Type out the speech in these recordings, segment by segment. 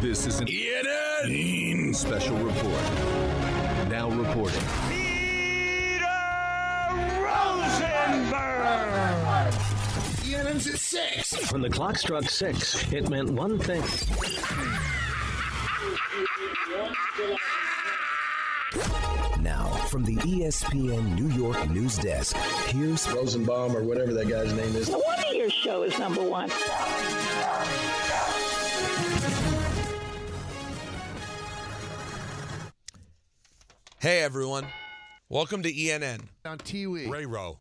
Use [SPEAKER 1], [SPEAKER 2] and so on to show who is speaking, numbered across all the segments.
[SPEAKER 1] This is an ENN special report. Now reporting.
[SPEAKER 2] Peter Rosenberg! ENN's at 6.
[SPEAKER 3] When the clock struck 6, it meant one thing.
[SPEAKER 1] Now, from the E ESPN New York news desk, here's
[SPEAKER 4] Rosenbaum or whatever that guy's name is.
[SPEAKER 5] No wonder your show is number one.
[SPEAKER 6] Hey everyone, welcome to ENN
[SPEAKER 7] on TV.
[SPEAKER 6] Ray Row.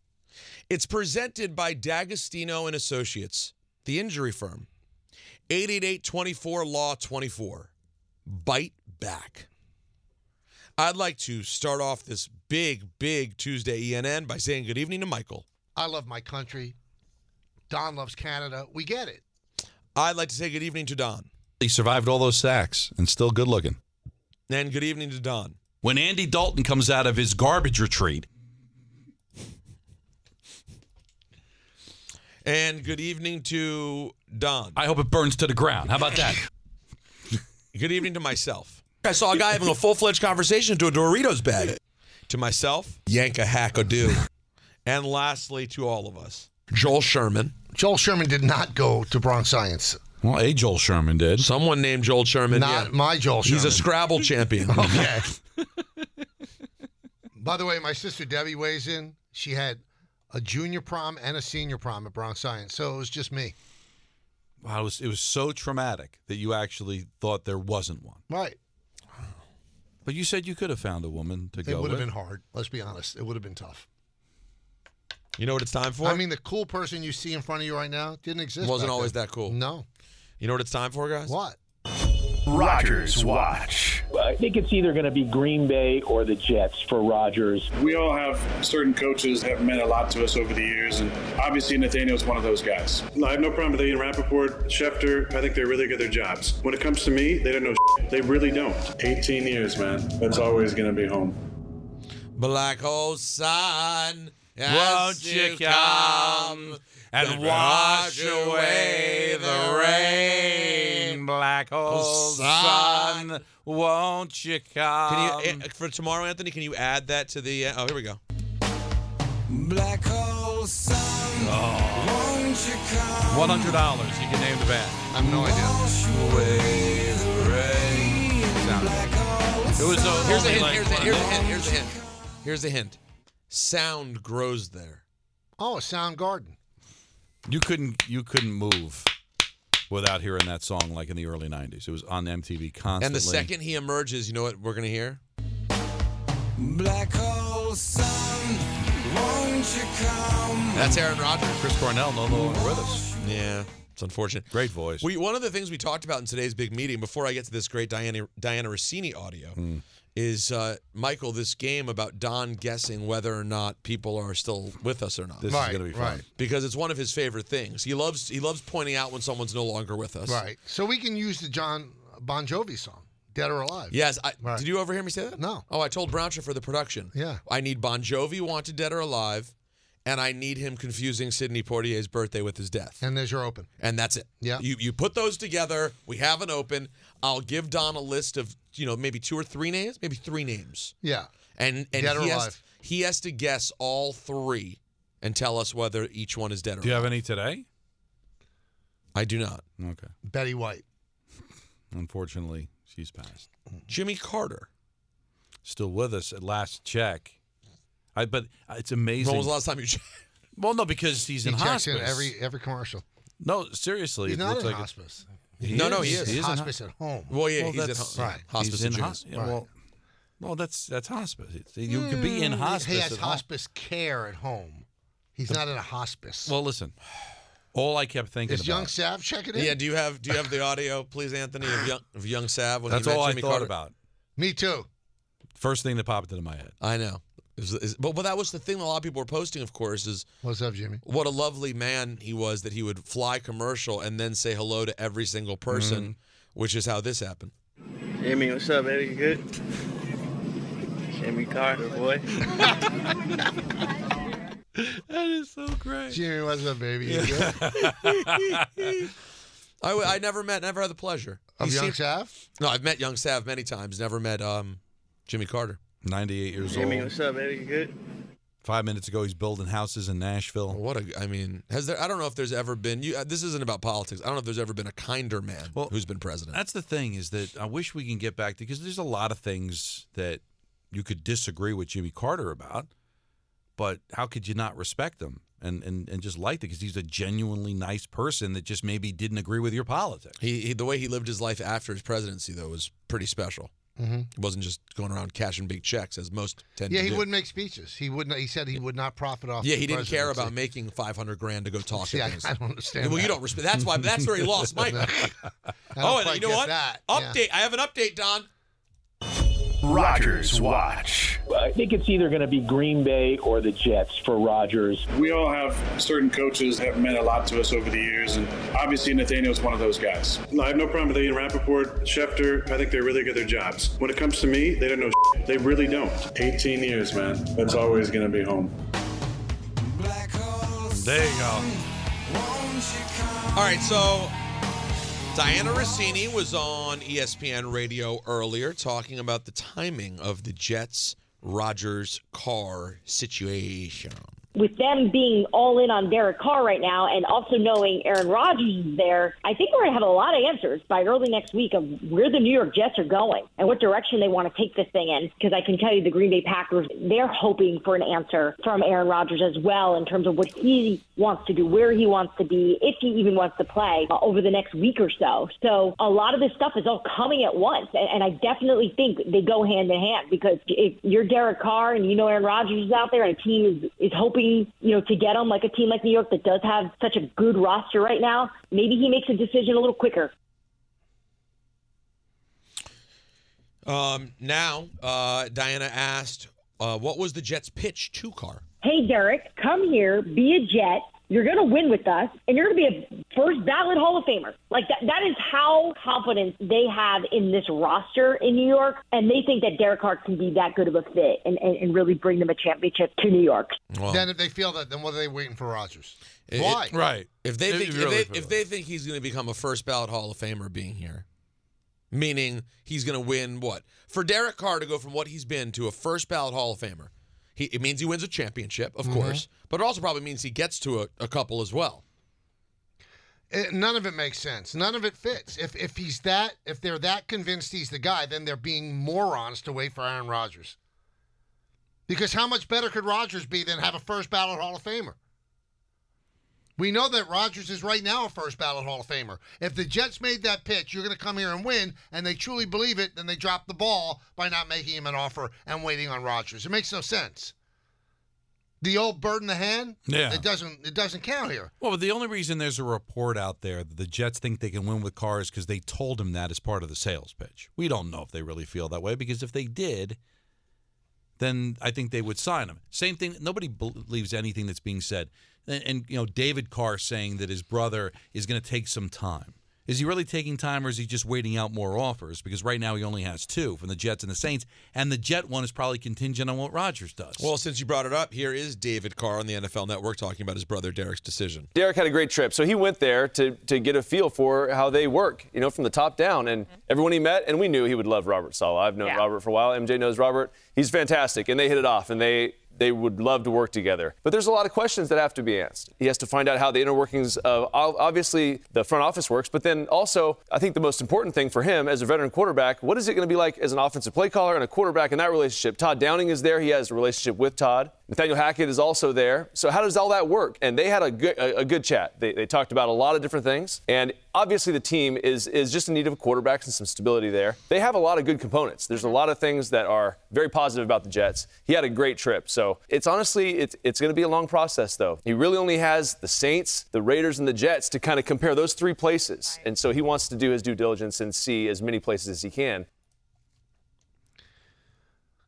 [SPEAKER 6] It's presented by D'Agostino and Associates, the injury firm. 888-24 Law 24. Bite back. I'd like to start off this big, big Tuesday ENN by saying good evening to Michael.
[SPEAKER 7] I love my country. Don loves Canada. We get it.
[SPEAKER 6] I'd like to say good evening to Don.
[SPEAKER 8] He survived all those sacks and still good looking.
[SPEAKER 6] And good evening to Don
[SPEAKER 8] when Andy Dalton comes out of his garbage retreat.
[SPEAKER 6] And good evening to Don.
[SPEAKER 8] I hope it burns to the ground. How about that?
[SPEAKER 6] good evening to myself. I saw a guy having a full fledged conversation to a Doritos bag. To myself, yank a hack a do. and lastly, to all of us, Joel Sherman.
[SPEAKER 7] Joel Sherman did not go to Bronx Science.
[SPEAKER 8] Well, a Joel Sherman did.
[SPEAKER 6] Someone named Joel Sherman.
[SPEAKER 7] Not
[SPEAKER 6] yeah.
[SPEAKER 7] my Joel Sherman.
[SPEAKER 6] He's a Scrabble champion.
[SPEAKER 7] okay. By the way, my sister Debbie weighs in. She had a junior prom and a senior prom at Bronx Science, so it was just me.
[SPEAKER 8] Wow, it was, it was so traumatic that you actually thought there wasn't one.
[SPEAKER 7] Right.
[SPEAKER 8] But you said you could have found a woman to
[SPEAKER 7] it
[SPEAKER 8] go.
[SPEAKER 7] It would have
[SPEAKER 8] with.
[SPEAKER 7] been hard. Let's be honest. It would have been tough.
[SPEAKER 6] You know what it's time for?
[SPEAKER 7] I mean, the cool person you see in front of you right now didn't exist.
[SPEAKER 6] Wasn't always then. that cool.
[SPEAKER 7] No.
[SPEAKER 6] You know what it's time for, guys?
[SPEAKER 7] What?
[SPEAKER 1] Rogers Watch.
[SPEAKER 9] I think it's either going to be Green Bay or the Jets for Rogers.
[SPEAKER 10] We all have certain coaches that have meant a lot to us over the years, and obviously Nathaniel's one of those guys. I have no problem with Ian Rappaport, Schefter. I think they really good at their jobs. When it comes to me, they don't know. Shit. They really don't. 18 years, man. That's always going to be home.
[SPEAKER 6] Black hole sun. Won't you come and wash away the rain, black hole sun? Won't you come?
[SPEAKER 8] eh,
[SPEAKER 7] Um,
[SPEAKER 6] Can you, eh, for tomorrow, Anthony? Can you add that to the? Oh, here we go.
[SPEAKER 11] Black hole sun. Oh. Won't you come?
[SPEAKER 8] One hundred dollars. You can name the band.
[SPEAKER 7] I have no
[SPEAKER 8] idea.
[SPEAKER 6] It was
[SPEAKER 8] uh,
[SPEAKER 6] a, here's a hint. Like, here's a hint. Here's a hint. Here's a hint. Here's a hint sound grows there.
[SPEAKER 7] Oh, a sound garden.
[SPEAKER 8] You couldn't you couldn't move without hearing that song like in the early 90s. It was on MTV constantly.
[SPEAKER 6] And the second he emerges, you know what we're going to hear?
[SPEAKER 11] Black
[SPEAKER 8] Oh,
[SPEAKER 11] hole sun, won't you come?
[SPEAKER 6] That's Aaron Rodgers.
[SPEAKER 8] Chris Cornell no longer with us.
[SPEAKER 6] Yeah. It's unfortunate.
[SPEAKER 8] Great voice.
[SPEAKER 6] We, one of the things we talked about in today's big meeting, before I get to this great Diana, Diana Rossini audio, mm is uh, Michael this game about Don guessing whether or not people are still with us or not.
[SPEAKER 8] This
[SPEAKER 7] right,
[SPEAKER 8] is going to be fun
[SPEAKER 7] right.
[SPEAKER 6] because it's one of his favorite things. He loves he loves pointing out when someone's no longer with us.
[SPEAKER 7] Right. So we can use the John Bon Jovi song, "Dead or Alive."
[SPEAKER 6] Yes. I, right. Did you ever hear me say that?
[SPEAKER 7] No.
[SPEAKER 6] Oh, I told Brownshire for the production.
[SPEAKER 7] Yeah.
[SPEAKER 6] I need Bon Jovi wanted dead or alive, and I need him confusing Sidney Portier's birthday with his death.
[SPEAKER 7] And there's your open.
[SPEAKER 6] And that's it.
[SPEAKER 7] Yeah.
[SPEAKER 6] You you put those together. We have an open. I'll give Don a list of you know maybe two or three names, maybe three names.
[SPEAKER 7] Yeah.
[SPEAKER 6] And and dead he has he has to guess all three and tell us whether each one is dead or.
[SPEAKER 8] Do you have any today?
[SPEAKER 6] I do not.
[SPEAKER 8] Okay.
[SPEAKER 7] Betty White.
[SPEAKER 8] Unfortunately, she's passed.
[SPEAKER 6] Jimmy Carter.
[SPEAKER 8] Still with us at last check. I but it's amazing. When
[SPEAKER 6] was the last time you checked?
[SPEAKER 8] Well, no, because he's
[SPEAKER 7] he
[SPEAKER 8] in
[SPEAKER 7] checks
[SPEAKER 8] hospice.
[SPEAKER 7] in every every commercial.
[SPEAKER 8] No, seriously,
[SPEAKER 7] He's
[SPEAKER 8] it
[SPEAKER 7] not
[SPEAKER 8] looks
[SPEAKER 7] in
[SPEAKER 8] like it-
[SPEAKER 7] hospice.
[SPEAKER 8] He
[SPEAKER 6] no, no,
[SPEAKER 8] is.
[SPEAKER 6] he is.
[SPEAKER 8] He is in
[SPEAKER 7] hospice
[SPEAKER 8] ho-
[SPEAKER 7] at home.
[SPEAKER 6] Well, yeah,
[SPEAKER 8] Well,
[SPEAKER 6] he's at
[SPEAKER 8] that's-
[SPEAKER 6] home.
[SPEAKER 7] right.
[SPEAKER 6] Hospice
[SPEAKER 8] He's in
[SPEAKER 6] and
[SPEAKER 8] hos-
[SPEAKER 6] Jews.
[SPEAKER 8] yeah, well, well, that's that's hospice. It's- You could be
[SPEAKER 7] Mm,
[SPEAKER 8] in hospice.
[SPEAKER 7] Hmm. He has
[SPEAKER 8] at home.
[SPEAKER 7] hospice care at home. He's not in a hospice.
[SPEAKER 8] Well, listen. All I kept thinking
[SPEAKER 7] Is
[SPEAKER 8] about.
[SPEAKER 7] Young Sav checking in?
[SPEAKER 6] Yeah, do you have do you have the audio, please, Anthony, of Young, of young Sav when
[SPEAKER 8] That's
[SPEAKER 6] he met
[SPEAKER 8] all I
[SPEAKER 6] Jimmy
[SPEAKER 8] thought
[SPEAKER 6] Carter?
[SPEAKER 8] about.
[SPEAKER 7] Me too.
[SPEAKER 8] First thing that popped into my head.
[SPEAKER 6] I know. It was- is- but, but that was the thing a lot of people were posting, of course, is
[SPEAKER 7] What's up, Jimmy?
[SPEAKER 6] what a lovely man he was that he would fly commercial and then say hello to every single person,
[SPEAKER 7] Mm-hmm.
[SPEAKER 6] which is how this happened.
[SPEAKER 12] Jimmy, what's up, baby? You good? Jimmy Carter, boy.
[SPEAKER 7] That is so great. Jimmy, what's up, baby? You good?
[SPEAKER 6] I, w- I never met, never had the pleasure.
[SPEAKER 7] Of
[SPEAKER 6] He
[SPEAKER 7] Young
[SPEAKER 6] seemed-
[SPEAKER 7] Sav?
[SPEAKER 6] No, I've met Young Sav many times. Never met um, Jimmy Carter.
[SPEAKER 8] 98 years
[SPEAKER 12] Jimmy,
[SPEAKER 8] old.
[SPEAKER 12] what's up, baby? You good?
[SPEAKER 8] Five minutes ago, he's building houses in Nashville.
[SPEAKER 6] What a, I mean, has there? I don't know if there's ever been. You, uh, this isn't about politics. I don't know if there's ever been a kinder man who's been president.
[SPEAKER 8] That's the thing is that I wish we can get back to because there's a lot of things that you could disagree with Jimmy Carter about, but how could you not respect him and and, and just like it because he's a genuinely nice person that just maybe didn't agree with your politics.
[SPEAKER 6] He, he the way he lived his life after his presidency though was pretty special.
[SPEAKER 7] Mhm.
[SPEAKER 6] He wasn't just going around cashing big checks as most tend
[SPEAKER 7] yeah,
[SPEAKER 6] to
[SPEAKER 7] he
[SPEAKER 6] do.
[SPEAKER 7] wouldn't make speeches. He wouldn't. He said he would not profit off.
[SPEAKER 6] Yeah,
[SPEAKER 7] the
[SPEAKER 6] he didn't care
[SPEAKER 7] presidency.
[SPEAKER 6] about making 500 grand to go talk
[SPEAKER 7] See,
[SPEAKER 6] at
[SPEAKER 7] I-
[SPEAKER 6] things.
[SPEAKER 7] I don't understand
[SPEAKER 6] Well, you
[SPEAKER 7] that.
[SPEAKER 6] don't respect. That's why. That's where he lost Mike.
[SPEAKER 7] No, I don't
[SPEAKER 6] oh, and
[SPEAKER 7] quite
[SPEAKER 6] you know
[SPEAKER 7] get
[SPEAKER 6] what?
[SPEAKER 7] that, yeah.
[SPEAKER 6] Update. I have an update, Don.
[SPEAKER 9] Rogers Watch. I think it's either going to be Green Bay or the Jets for Rogers.
[SPEAKER 10] We all have certain coaches that have meant a lot to us over the years, and obviously Nathaniel's one of those guys. I have no problem with Ian Rappaport, Schefter. I think they really get their jobs. When it comes to me, they don't know. They really don't. 18 years, man. That's always going to be home.
[SPEAKER 8] There you go.
[SPEAKER 6] All right, so Diana Rossini was on E ESPN radio earlier talking about the timing of the Jets Rogers car situation.
[SPEAKER 13] with them being all in on Derek Carr right now and also knowing Aaron Rodgers is there, I think we're going to have a lot of answers by early next week of where the New York Jets are going and what direction they want to take this thing in. Because I can tell you the Green Bay Packers, they're hoping for an answer from Aaron Rodgers as well in terms of what he wants to do, where he wants to be, if he even wants to play uh, over the next week or so. So a lot of this stuff is all coming at once. And, and I definitely think they go hand in hand because if you're Derek Carr and you know Aaron Rodgers is out there and a team is, is hoping, you know, to get him like a team like New York that does have such a good roster right now, maybe he makes a decision a little quicker.
[SPEAKER 6] Um, now, uh, Diana asked, uh, what was the Jets' pitch to Carr?
[SPEAKER 13] hey Derek, come here, be a Jet. You're going to win with us, and you're going to be a first ballot Hall of Famer. Like that, that is how confident they have in this roster in New York, and they think that Derek Hart can be that good of a fit and, and, and really bring them a championship to New York.
[SPEAKER 7] Then if they feel that, then what are they waiting for Rogers?
[SPEAKER 6] It-
[SPEAKER 7] Why?
[SPEAKER 6] it- If they think if, they, if they think he's going to become a first ballot Hall of Famer being here, meaning he's going to win what for Derek Carr to go from what he's been to a first ballot Hall of Famer, he, it means he wins a championship, of
[SPEAKER 7] Mhm.
[SPEAKER 6] course, but it also probably means he gets to a, a couple as well.
[SPEAKER 7] It- none of it makes sense. None of it fits. If if he's that, if they're that convinced he's the guy, then they're being morons to wait for Aaron Rodgers. Because how much better could Rodgers be than have a first ballot Hall of Famer? We know that Rodgers is right now a first ballot Hall of Famer. If the Jets made that pitch, you're going to come here and win, and they truly believe it, then they drop the ball by not making him an offer and waiting on Rodgers. It makes no sense. The old bird in the hand,
[SPEAKER 8] Yeah.
[SPEAKER 7] it doesn't it doesn't count here.
[SPEAKER 8] Well, but the only reason there's a report out there that the Jets think they can win with Carr is because they told him that as part of the sales pitch. We don't know if they really feel that way because if they did, then I think they would sign him. Same thing. Nobody believes anything that's being said. And, and you know, David Carr saying that his brother is going to take some time. Is he really taking time, or is he just waiting out more offers? Because right now he only has two from the Jets and the Saints, and the Jet one is probably contingent on what Rodgers does.
[SPEAKER 6] Well, since you brought it up, here is David Carr on the NFL Network talking about his brother Derek's decision.
[SPEAKER 14] Derek had a great trip, so he went there to, to get a feel for how they work, you know, from the top down. And everyone he met, and we knew he would love Robert Sala. I've known Robert for a while. MJ knows Robert. He's fantastic, and they hit it off, and they they would love to work together. But there's a lot of questions that have to be answered. He has to find out how the inner workings of ob- obviously the front office works, but then also I think the most important thing for him as a veteran quarterback, what is it going to be like as an offensive play caller and a quarterback in that relationship? Todd Downing is there. He has a relationship with Todd. Nathaniel Hackett is also there. So how does all that work? And they had a good a, a good chat. They, they talked about a lot of different things. And obviously the team is is just in need of a quarterback and some stability there. They have a lot of good components. There's a lot of things that are very positive about the Jets. He had a great trip. So it's honestly it's it's going to be a long process though. He really only has the Saints, the Raiders, and the Jets to kind of compare those three places. And so he wants to do his due diligence and see as many places as he can.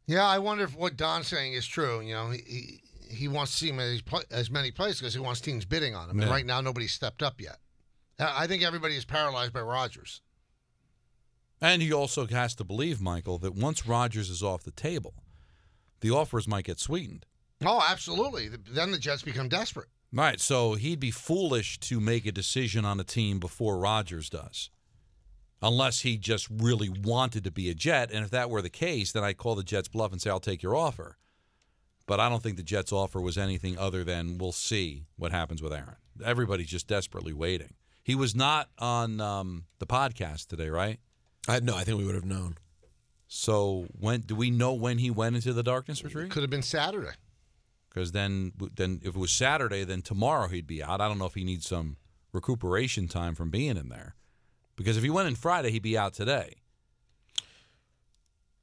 [SPEAKER 7] Yeah, I wonder if what Don's saying is true. You know, he he, he wants to see him as, as many plays because he wants teams bidding on him. And
[SPEAKER 8] Yeah.
[SPEAKER 7] right now, nobody's stepped up yet. I I think everybody is paralyzed by Rodgers.
[SPEAKER 8] And he also has to believe, Michael, that once Rodgers is off the table, the offers might get sweetened.
[SPEAKER 7] Oh, absolutely. The- Then the Jets become desperate.
[SPEAKER 8] Right. So he'd be foolish to make a decision on a team before Rodgers does. Unless he just really wanted to be a Jet. And if that were the case, then I call the Jets bluff and say, I'll take your offer. But I don't think the Jets' offer was anything other than we'll see what happens with Aaron. Everybody's just desperately waiting. He was not on um, the podcast today, right?
[SPEAKER 6] I no, I think we would have known.
[SPEAKER 8] So when do we know when he went into the darkness retreat?
[SPEAKER 7] Could have been Saturday.
[SPEAKER 8] because then then if it was Saturday, then tomorrow he'd be out. I don't know if he needs some recuperation time from being in there, because if he went in Friday, he'd be out today.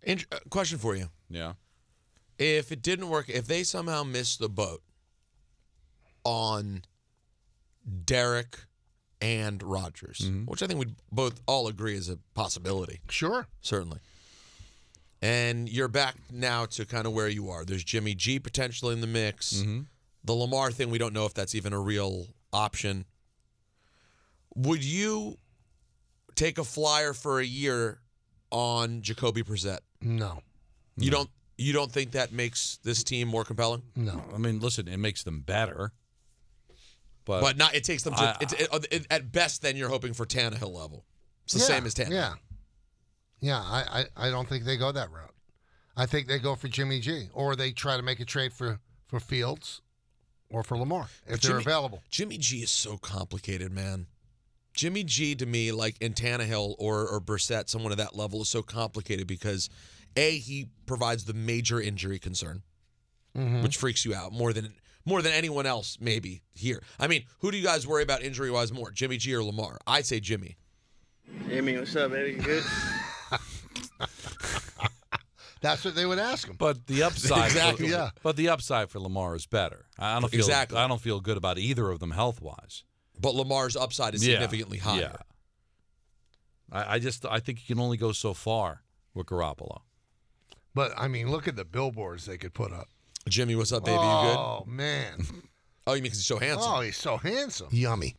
[SPEAKER 6] Int- uh, question for you:
[SPEAKER 8] Yeah,
[SPEAKER 6] If it didn't work, if they somehow missed the boat on Derek and Rogers, which I think we'd both all agree is a possibility,
[SPEAKER 7] Sure.
[SPEAKER 6] certainly. And you're back now to kind of where you are. There's Jimmy G potentially in the mix. The Lamar thing, we don't know if that's even a real option. Would you take a flyer for a year on Jacoby Brissett?
[SPEAKER 7] No.
[SPEAKER 6] You don't you don't think that makes this team more compelling?
[SPEAKER 7] No.
[SPEAKER 8] I mean, listen, it makes them better, but
[SPEAKER 6] but not it takes them to
[SPEAKER 8] Uh, I-
[SPEAKER 6] it's, it, it, at best then you're hoping for Tannehill level. It's the
[SPEAKER 7] Yeah,
[SPEAKER 6] same as Tannehill.
[SPEAKER 7] Yeah. Yeah, I, I, I don't think they go that route. I think they go for Jimmy G, or they try to make a trade for, for Fields or for Lamar if
[SPEAKER 6] But
[SPEAKER 7] they're
[SPEAKER 6] Jimmy-
[SPEAKER 7] available.
[SPEAKER 6] Jimmy G is so complicated, man. Jimmy G to me, like in Tannehill or or Brissett, someone of that level is so complicated because a he provides the major injury concern,
[SPEAKER 7] Mm-hmm.
[SPEAKER 11] Mhm.
[SPEAKER 6] which freaks you out more than more than anyone else maybe here. I mean, who do you guys worry about injury wise more, Jimmy G or Lamar? I'd say Jimmy.
[SPEAKER 12] Jimmy, what's up, baby? You good?
[SPEAKER 7] That's what they would ask him.
[SPEAKER 8] But the upside,
[SPEAKER 7] Exactly,
[SPEAKER 8] For,
[SPEAKER 7] yeah.
[SPEAKER 8] But the upside for Lamar is better. I don't feel
[SPEAKER 6] Exactly.
[SPEAKER 8] I don't feel good about either of them health wise.
[SPEAKER 6] But Lamar's upside is significantly higher.
[SPEAKER 8] Yeah. I, I just I think you can only go so far with Garoppolo.
[SPEAKER 7] But I mean, look at the billboards they could put up.
[SPEAKER 6] Jimmy, what's up, Uh, baby? you good?
[SPEAKER 7] Oh man.
[SPEAKER 6] Oh, you mean 'cause he's so handsome?
[SPEAKER 7] Oh, he's so handsome.
[SPEAKER 6] Yummy.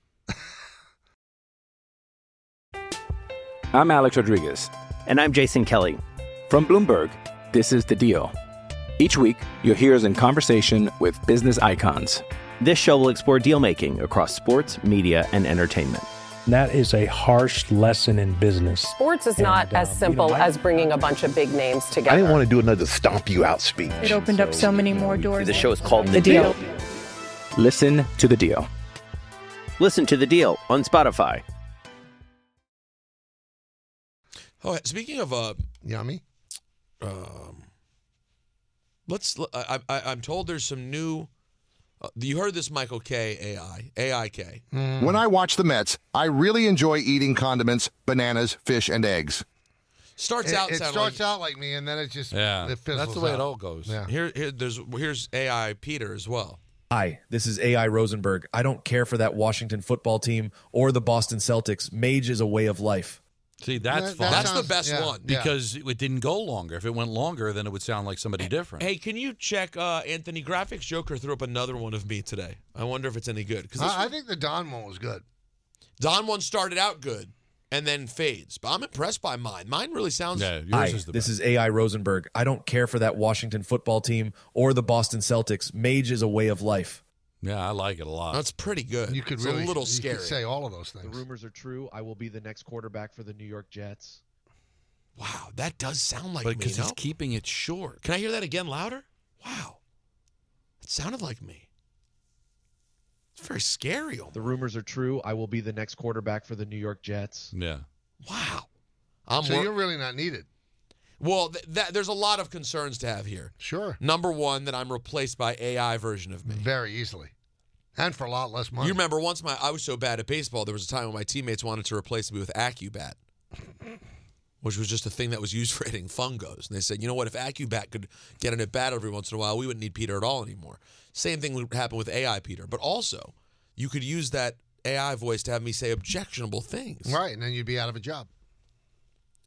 [SPEAKER 15] I'm Alex Rodriguez.
[SPEAKER 16] And I'm Jason Kelly.
[SPEAKER 15] From Bloomberg, this is The Deal. Each week, you'll hear us in conversation with business icons.
[SPEAKER 16] This show will explore deal making across sports, media, and entertainment.
[SPEAKER 17] And that is a harsh lesson in business.
[SPEAKER 18] Sports is not
[SPEAKER 19] uh,
[SPEAKER 18] as simple as bringing a bunch of big names together.
[SPEAKER 19] I didn't want to do another stomp you out speech.
[SPEAKER 20] It opened up so many more doors.
[SPEAKER 15] The show
[SPEAKER 16] is called
[SPEAKER 20] The Deal.
[SPEAKER 15] Listen to The Deal.
[SPEAKER 16] Listen to The Deal on Spotify.
[SPEAKER 6] Oh, speaking of uh,
[SPEAKER 7] yummy,
[SPEAKER 6] um, let's. I, I, I'm told there's some new. Uh, you heard this, Michael K. AI AIK.
[SPEAKER 2] When I watch the Mets, I really enjoy eating condiments, bananas, fish, and eggs.
[SPEAKER 6] Starts
[SPEAKER 7] It-
[SPEAKER 6] out.
[SPEAKER 7] It,
[SPEAKER 6] sounding
[SPEAKER 7] starts
[SPEAKER 6] like,
[SPEAKER 7] out like me, and then it just It
[SPEAKER 8] That's
[SPEAKER 7] fizzles
[SPEAKER 8] the way
[SPEAKER 7] out.
[SPEAKER 8] it all goes.
[SPEAKER 7] Yeah.
[SPEAKER 6] Here, here, there's here's AI Peter as well.
[SPEAKER 21] Hi, this is AI Rosenberg. I don't care for that Washington football team or the Boston Celtics. Mage is a way of life.
[SPEAKER 8] See, that's
[SPEAKER 6] That- that
[SPEAKER 8] fun.
[SPEAKER 6] That's the sounds- best yeah, one. yeah.
[SPEAKER 8] because it didn't go longer. If it went longer, then it would sound like somebody different.
[SPEAKER 6] Hey, can you check uh, Anthony Graphics Joker threw up another one of me today. I wonder if it's any good because
[SPEAKER 7] I, I think the Don one was good.
[SPEAKER 6] Don one started out good and then fades. But I'm impressed by mine. Mine really sounds.
[SPEAKER 21] Hi, this is AI Rosenberg. I don't care for that Washington football team or the Boston Celtics. Mage is a way of life.
[SPEAKER 8] Yeah, I like it a lot.
[SPEAKER 6] Uh, That's pretty good.
[SPEAKER 7] You could
[SPEAKER 6] It's
[SPEAKER 7] really
[SPEAKER 6] a little
[SPEAKER 7] you
[SPEAKER 6] scary.
[SPEAKER 7] Could say all of those things.
[SPEAKER 22] The rumors are true. I will be the next quarterback for the New York Jets.
[SPEAKER 6] Wow, that does sound like
[SPEAKER 8] But
[SPEAKER 6] me.
[SPEAKER 8] 'cause he's
[SPEAKER 6] no?
[SPEAKER 8] keeping it short.
[SPEAKER 6] Can I hear that again louder? Wow, it sounded like me. It's very scary.
[SPEAKER 22] The rumors are true. I will be the next quarterback for the New York Jets.
[SPEAKER 8] Yeah.
[SPEAKER 6] I'm
[SPEAKER 7] so
[SPEAKER 6] wor-
[SPEAKER 7] you're really not needed.
[SPEAKER 6] Well, th- that, there's a lot of concerns to have here.
[SPEAKER 7] Sure.
[SPEAKER 6] Number one, that I'm replaced by AI version of me.
[SPEAKER 7] Very easily. And for a lot less money.
[SPEAKER 6] You remember once my I was so bad at baseball, there was a time when my teammates wanted to replace me with AccuBat, which was just a thing that was used for hitting fungos. And they said, you know what, if AccuBat could get an at bat every once in a while, we wouldn't need Peter at all anymore. Same thing would happen with AI Peter. But also, you could use that AI voice to have me say objectionable things.
[SPEAKER 7] Right, and then you'd be out of a job.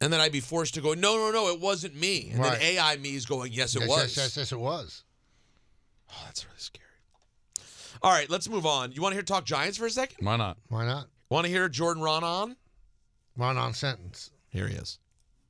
[SPEAKER 6] And then I'd be forced to go, no, no, no, it wasn't me. And
[SPEAKER 7] Right.
[SPEAKER 6] then AI me is going, yes, it
[SPEAKER 7] yes,
[SPEAKER 6] was.
[SPEAKER 7] Yes, yes, yes, it was.
[SPEAKER 6] Oh, that's really scary. All right, let's move on. You want to hear talk Giants for a second?
[SPEAKER 8] Why not?
[SPEAKER 7] Why not?
[SPEAKER 6] Want to hear Jordan Ronan?
[SPEAKER 7] Ronan sentence.
[SPEAKER 6] Here he is.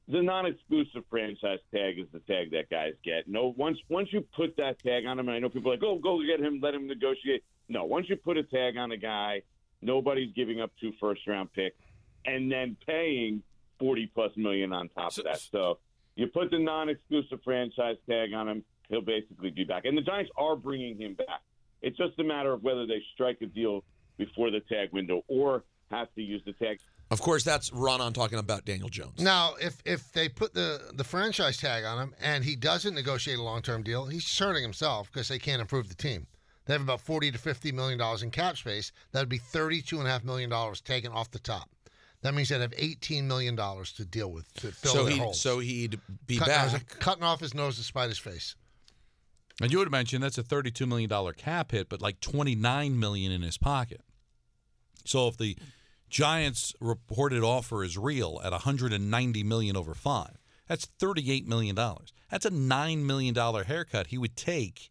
[SPEAKER 10] the non-exclusive franchise tag is the tag that guys get. No, once once you put that tag on him, and I know people are like, oh, go get him, let him negotiate. No, once you put a tag on a guy, nobody's giving up two first-round picks and then paying forty-plus million on top of that. So you put the non-exclusive franchise tag on him, he'll basically be back. And the Giants are bringing him back. It's just a matter of whether they strike a deal before the tag window or have to use the tag.
[SPEAKER 6] Of course, that's Ronan talking about Daniel Jones.
[SPEAKER 7] Now, if if they put the the franchise tag on him and he doesn't negotiate a long term deal, he's hurting himself because they can't improve the team. They have about forty to fifty million dollars in cap space. That would be thirty two and a half million dollars taken off the top. That means they'd have eighteen million dollars to deal with to fill
[SPEAKER 6] So
[SPEAKER 7] their
[SPEAKER 6] he
[SPEAKER 7] holes.
[SPEAKER 6] so he'd be
[SPEAKER 7] Cutting off-
[SPEAKER 6] back.
[SPEAKER 7] cutting off his nose to spite his face.
[SPEAKER 8] And you would mention that's a $32 million cap hit, but like $29 million in his pocket. So if the Giants' reported offer is real at $190 million over five, that's $38 million. That's a $9 million haircut he would take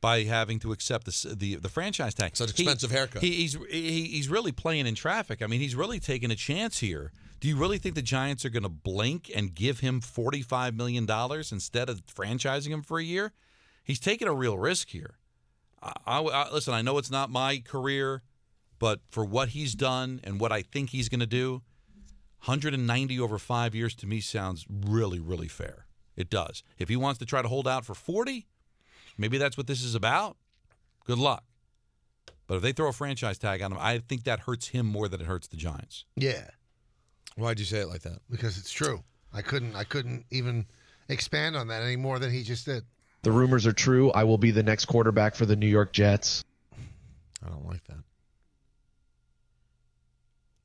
[SPEAKER 8] by having to accept the s- the, the franchise tag. It's an
[SPEAKER 6] expensive haircut.
[SPEAKER 8] he's, he, he's really playing in traffic. I mean, he's really taking a chance here. Do you really think the Giants are going to blink and give him $45 million instead of franchising him for a year? He's taking a real risk here. I, I- I- listen. I know it's not my career, but for what he's done and what I think he's going to do, 190 over five years to me sounds really, really fair. It does. If he wants to try to hold out for 40, maybe that's what this is about. Good luck. But if they throw a franchise tag on him, I think that hurts him more than it hurts the Giants.
[SPEAKER 7] Yeah,
[SPEAKER 6] Why'd you say it like that?
[SPEAKER 7] because it's true. I couldn't I couldn't even expand on that any more than he just did.
[SPEAKER 23] The rumors are true. I will be the next quarterback for the New York Jets.
[SPEAKER 6] I don't like that.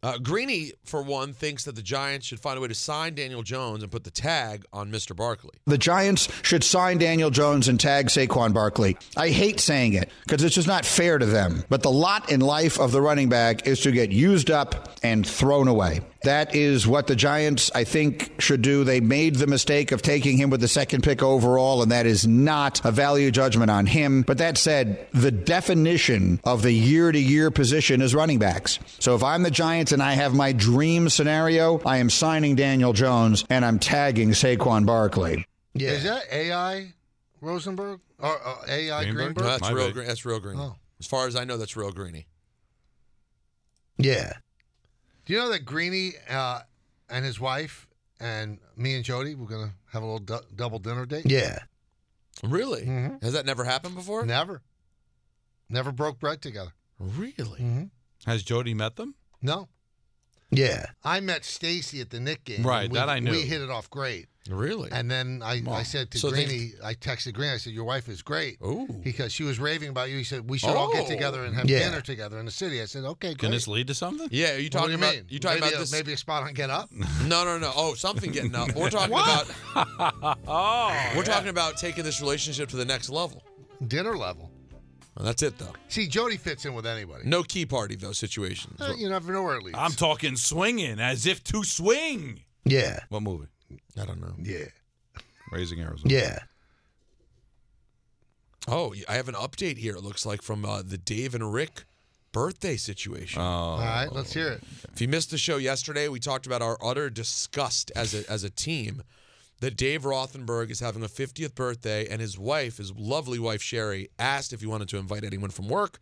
[SPEAKER 6] Uh, Greeny, for one, thinks that the Giants should find a way to sign Daniel Jones and put the tag on Mr. Barkley.
[SPEAKER 24] The Giants should sign Daniel Jones and tag Saquon Barkley. I hate saying it because it's just not fair to them. But the lot in life of the running back is to get used up and thrown away. That is what the Giants, I think, should do. They made the mistake of taking him with the second pick overall, and that is not a value judgment on him. But that said, the definition of the year to year position is running backs. So if I'm the Giants and I have my dream scenario, I am signing Daniel Jones and I'm tagging Saquon Barkley.
[SPEAKER 7] Yeah. Is that AI Rosenberg or uh, AI Greenberg?
[SPEAKER 6] No, that's real. Green, that's real Greeny.
[SPEAKER 7] Oh.
[SPEAKER 6] As far as I know, that's real Greeny.
[SPEAKER 7] Yeah. Do you know that Greeny uh, and his wife and me and Jody we're gonna have a little du- double dinner date?
[SPEAKER 24] Yeah.
[SPEAKER 6] Really? Mm-hmm. Has that never happened before?
[SPEAKER 7] Never. Never broke bread together.
[SPEAKER 6] Really?
[SPEAKER 8] Has Jody met them?
[SPEAKER 7] No.
[SPEAKER 24] Yeah.
[SPEAKER 7] I met Stacy at the Nick game.
[SPEAKER 8] Right,
[SPEAKER 7] and we,
[SPEAKER 8] that I knew.
[SPEAKER 7] We hit it off great.
[SPEAKER 6] Really?
[SPEAKER 7] And then I, I said to
[SPEAKER 8] So they-
[SPEAKER 7] Greeny, I texted Greeny, I said, Your wife is great.
[SPEAKER 6] Ooh.
[SPEAKER 7] Because she was raving about you. He said, We should all get
[SPEAKER 6] Oh.
[SPEAKER 7] together and have
[SPEAKER 6] Yeah.
[SPEAKER 7] dinner together in the city. I said, Okay, great.
[SPEAKER 8] Can this lead to something?
[SPEAKER 6] Yeah. Are you
[SPEAKER 7] Well, what
[SPEAKER 6] talking
[SPEAKER 7] do you
[SPEAKER 6] about?
[SPEAKER 7] mean?
[SPEAKER 6] You talking
[SPEAKER 7] maybe
[SPEAKER 6] about
[SPEAKER 7] a,
[SPEAKER 6] this?
[SPEAKER 7] Maybe a spot on Get Up?
[SPEAKER 6] No, no, no. Oh, something getting up. We're talking
[SPEAKER 7] What?
[SPEAKER 6] about. oh. We're talking about taking this relationship to the next level.
[SPEAKER 7] Dinner level.
[SPEAKER 6] Well, that's it though.
[SPEAKER 7] See, Jody fits in with anybody.
[SPEAKER 6] No key party though situation.
[SPEAKER 7] Eh, you never know where it leads.
[SPEAKER 8] I'm talking swinging as if to swing.
[SPEAKER 24] Yeah.
[SPEAKER 8] What movie?
[SPEAKER 6] I don't know.
[SPEAKER 7] Yeah.
[SPEAKER 8] Raising Arizona.
[SPEAKER 24] Yeah.
[SPEAKER 6] Oh, I have an update here. It looks like from uh, the Dave and Rick birthday situation.
[SPEAKER 8] Oh.
[SPEAKER 7] All right, let's hear it.
[SPEAKER 6] If you missed the show yesterday, we talked about our utter disgust as a as a team that Dave Rothenberg is having a 50th birthday, and his wife, his lovely wife Sherry, asked if he wanted to invite anyone from work,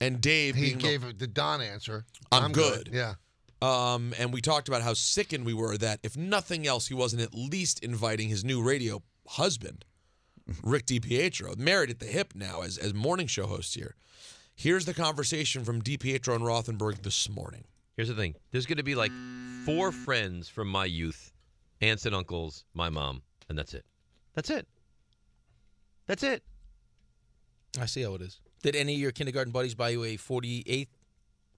[SPEAKER 6] and Dave
[SPEAKER 7] He
[SPEAKER 6] being the-
[SPEAKER 7] gave the Don answer.
[SPEAKER 6] I'm good.
[SPEAKER 7] Yeah.
[SPEAKER 6] Um, and we talked about how sickened we were that if nothing else, he wasn't at least inviting his new radio husband, Rick DiPietro, married at the hip now as, as morning show host here. Here's the conversation from DiPietro and Rothenberg this morning.
[SPEAKER 15] Here's the thing. There's going to be like four friends from my youth, aunts and uncles, my mom, and that's it. That's it. That's it.
[SPEAKER 16] I see how it is. Did any of your kindergarten buddies buy you a 48th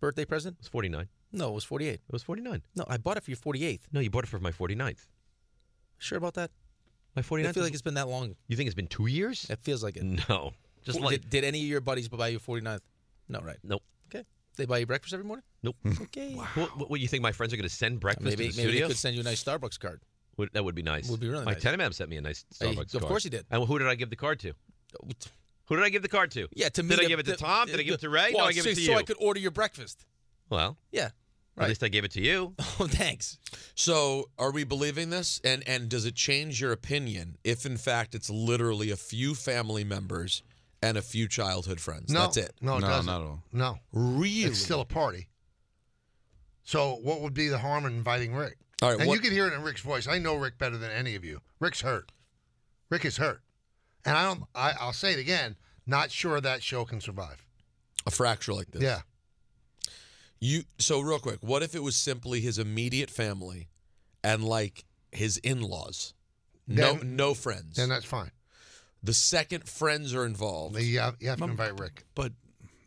[SPEAKER 16] birthday present?
[SPEAKER 15] It's 49.
[SPEAKER 16] No, it was 48. It
[SPEAKER 15] was 49.
[SPEAKER 16] No, I bought it for your 48th.
[SPEAKER 15] No, you bought it for my 49th.
[SPEAKER 16] Sure about that?
[SPEAKER 15] My
[SPEAKER 16] I
[SPEAKER 15] 49th.
[SPEAKER 16] feel like it's been that long.
[SPEAKER 15] You think it's been two years?
[SPEAKER 16] It feels like it.
[SPEAKER 15] No. Just
[SPEAKER 16] Who-
[SPEAKER 15] like
[SPEAKER 16] did, did any of your buddies buy you 49th? No, right?
[SPEAKER 15] Nope.
[SPEAKER 16] Okay. They buy you breakfast every morning?
[SPEAKER 15] Nope.
[SPEAKER 16] Okay.
[SPEAKER 15] What, what, what you think my friends are going to send breakfast
[SPEAKER 16] Maybe
[SPEAKER 15] to the
[SPEAKER 16] maybe they
[SPEAKER 15] studio?
[SPEAKER 16] could send you a nice Starbucks card.
[SPEAKER 15] Would- that would be nice.
[SPEAKER 16] Would be really
[SPEAKER 15] my
[SPEAKER 16] nice.
[SPEAKER 15] Tenenbaum sent me a nice
[SPEAKER 16] Hey,
[SPEAKER 15] Starbucks
[SPEAKER 16] of
[SPEAKER 15] card.
[SPEAKER 16] course he did.
[SPEAKER 15] And who did I give the card to? Who did I give the card to?
[SPEAKER 16] Yeah, to me.
[SPEAKER 15] Did I
[SPEAKER 16] the-
[SPEAKER 15] give it to
[SPEAKER 16] the-
[SPEAKER 15] Tom? Did I give it to Ray?
[SPEAKER 16] Well,
[SPEAKER 15] no, I give
[SPEAKER 16] so,
[SPEAKER 15] it to
[SPEAKER 16] so
[SPEAKER 15] you.
[SPEAKER 16] I could order your breakfast.
[SPEAKER 15] Well,
[SPEAKER 16] Yeah.
[SPEAKER 15] at least I gave it to you.
[SPEAKER 16] Oh, thanks.
[SPEAKER 6] So, are we believing this? And and does it change your opinion if, in fact, it's literally a few family members and a few childhood friends?
[SPEAKER 7] No,
[SPEAKER 6] That's it.
[SPEAKER 7] No, it doesn't. No,
[SPEAKER 6] really,
[SPEAKER 7] it's still a party. So, what would be the harm in inviting Rick?
[SPEAKER 6] All right,
[SPEAKER 7] and
[SPEAKER 6] what-
[SPEAKER 7] you can hear it in Rick's voice. I know Rick better than any of you. Rick's hurt. Rick is hurt, and I don't. I, I'll say it again. Not sure that show can survive.
[SPEAKER 6] a fracture like this.
[SPEAKER 7] Yeah.
[SPEAKER 6] You so real quick. What if it was simply his immediate family, and like his in-laws? no,
[SPEAKER 7] Then-
[SPEAKER 6] no friends.
[SPEAKER 7] Then that's fine.
[SPEAKER 6] the second friends are involved.
[SPEAKER 7] Yeah, you have to
[SPEAKER 8] Mom-
[SPEAKER 7] invite Rick.
[SPEAKER 8] But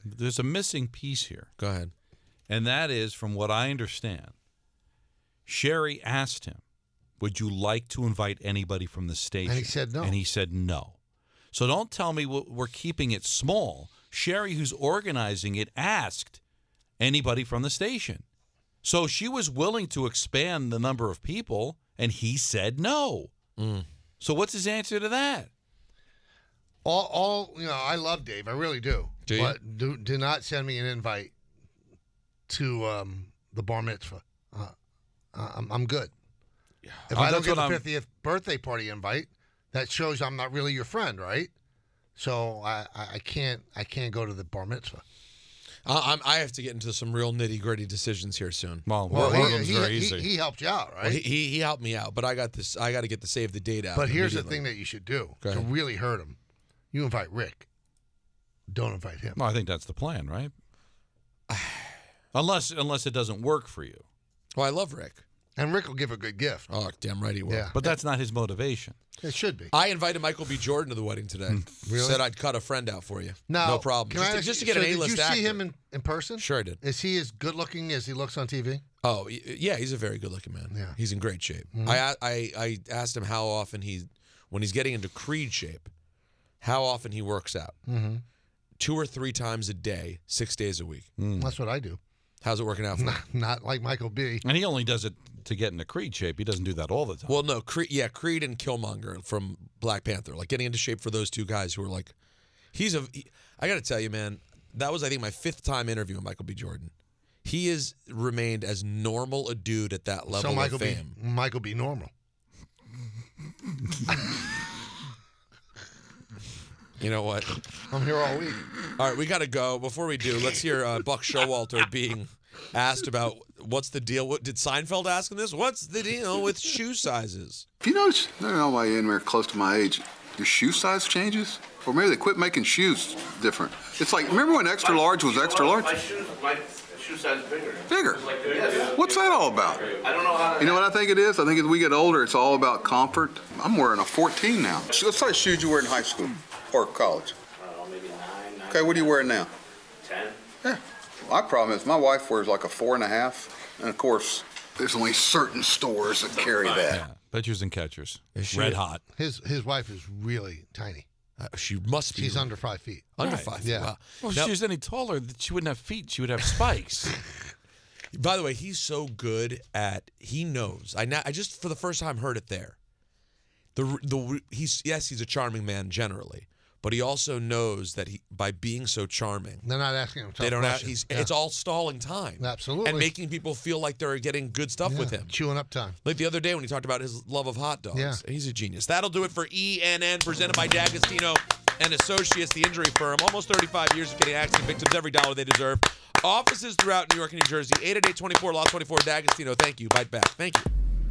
[SPEAKER 8] there's a missing piece here.
[SPEAKER 6] Go ahead.
[SPEAKER 8] And that is, from what I understand, Sherry asked him, Would you like to invite anybody from the station?
[SPEAKER 7] And he said no.
[SPEAKER 8] And he said no. So don't tell me we- we're keeping it small. Sherry, who's organizing it, asked anybody from the station. So she was willing to expand the number of people, and he said no. Mm. So what's his answer to that?
[SPEAKER 7] All, all you know, I love Dave. I really do.
[SPEAKER 8] Do you?
[SPEAKER 7] But do, do not send me an invite to um, the bar mitzvah. Uh, I- I'm, I'm good. If
[SPEAKER 8] Oh,
[SPEAKER 7] I don't
[SPEAKER 8] that's
[SPEAKER 7] get
[SPEAKER 8] what
[SPEAKER 7] the
[SPEAKER 8] I'm-
[SPEAKER 7] 50th birthday party invite, that shows I'm not really your friend, right? So I, I I can't I can't go to the bar mitzvah.
[SPEAKER 6] I, I'm, I have to get into some real nitty gritty decisions here soon.
[SPEAKER 7] Well, one he- of them's he- very he- easy. he helped you out, right?
[SPEAKER 6] Well, he, he he helped me out, but I got this. I got to get the save the date out.
[SPEAKER 7] But here's the
[SPEAKER 6] immediately.
[SPEAKER 7] thing that you should do
[SPEAKER 6] Go
[SPEAKER 7] to
[SPEAKER 6] ahead.
[SPEAKER 7] really hurt him. You invite Rick. Don't invite him.
[SPEAKER 8] Well, I think that's the plan, right? unless unless it doesn't work for you.
[SPEAKER 6] Well, I love Rick.
[SPEAKER 7] And Rick will give a good gift.
[SPEAKER 6] Oh, damn right he will.
[SPEAKER 7] Yeah.
[SPEAKER 8] But that's not his motivation.
[SPEAKER 7] It should be.
[SPEAKER 6] I invited Michael B. Jordan to the wedding today.
[SPEAKER 7] Hmm. Really?
[SPEAKER 6] Said I'd cut a friend out for you.
[SPEAKER 7] Now,
[SPEAKER 6] no problem.
[SPEAKER 7] Can
[SPEAKER 6] just,
[SPEAKER 7] I
[SPEAKER 6] to,
[SPEAKER 7] ask
[SPEAKER 6] just to
[SPEAKER 7] you-
[SPEAKER 6] get an
[SPEAKER 7] so
[SPEAKER 6] A list
[SPEAKER 7] Did you
[SPEAKER 6] actor.
[SPEAKER 7] see him in, in person?
[SPEAKER 6] Sure, I did.
[SPEAKER 7] Is he as good looking as he looks on TV?
[SPEAKER 6] Oh, y- yeah, he's a very good-looking man. Yeah, he's in great shape.
[SPEAKER 7] Mm-hmm.
[SPEAKER 6] I, I I asked him how often he, when he's getting into Creed shape, how often he works out.
[SPEAKER 7] Mm-hmm.
[SPEAKER 6] Two or three times a day, six days a week.
[SPEAKER 7] That's what I do.
[SPEAKER 6] How's it working out for you?
[SPEAKER 7] Not, not like Michael B.
[SPEAKER 8] And he only does it to get into Creed shape. He doesn't do that all the time.
[SPEAKER 6] Well, no, Creed, yeah, Creed and Killmonger from Black Panther, like getting into shape for those two guys who are like, he's a. he- I got to tell you, man, that was I think my fifth time interviewing Michael B. Jordan. He has remained as normal a dude at that level
[SPEAKER 7] so Michael
[SPEAKER 6] of fame.
[SPEAKER 7] B. Michael B. Normal.
[SPEAKER 6] You know what?
[SPEAKER 7] I'm here all week.
[SPEAKER 6] All right, we got to go. Before we do, let's hear uh, Buck Showalter being asked about what's the deal. What, did Seinfeld ask him this? What's the deal with shoe sizes?
[SPEAKER 25] Do you notice there's nobody anywhere close to my age? Your shoe size changes? Or maybe they quit making shoes different. It's like, remember when extra large was extra large?
[SPEAKER 10] My shoes, my shoe size is bigger.
[SPEAKER 25] Bigger. What's that all about?
[SPEAKER 10] I don't know how.
[SPEAKER 25] You know what I think it is? I think as we get older, it's all about comfort. I'm wearing a 14 now. So What size shoes you wear in high school or college? Okay, what are you wearing now?
[SPEAKER 10] 10.
[SPEAKER 25] Yeah. My problem is my wife wears like a four and a half, and of course, there's only certain stores that carry that.
[SPEAKER 8] Yeah. Pitchers and catchers. Red hot.
[SPEAKER 7] His his wife is really tiny.
[SPEAKER 6] Uh, she must
[SPEAKER 7] be. She's under five feet.
[SPEAKER 6] Under five feet,
[SPEAKER 7] Yeah.
[SPEAKER 6] wow.
[SPEAKER 8] Well, if she was any taller, th- she wouldn't have feet. She would have spikes.
[SPEAKER 6] By the way, he's so good at he knows. I now I just for the first time heard it there. The the he's yes he's a charming man generally, but he also knows that he by being so charming
[SPEAKER 7] They're not asking him. tough
[SPEAKER 6] they don't have,
[SPEAKER 7] questions.
[SPEAKER 6] he's
[SPEAKER 7] Yeah.
[SPEAKER 6] it's all stalling time
[SPEAKER 7] absolutely
[SPEAKER 6] and making people feel like they're getting good stuff with him.
[SPEAKER 7] chewing up time.
[SPEAKER 6] Like the other day when he talked about his love of hot dogs.
[SPEAKER 7] Yeah.
[SPEAKER 6] Oh, He's a genius. That'll do it for ENN, presented by D'Agostino and Associates, the injury firm. Almost 35 years of getting accident victims every dollar they deserve. Offices throughout New York and New Jersey. 888-24, Law 24, D'Agostino. Thank you. Bite back. Thank you.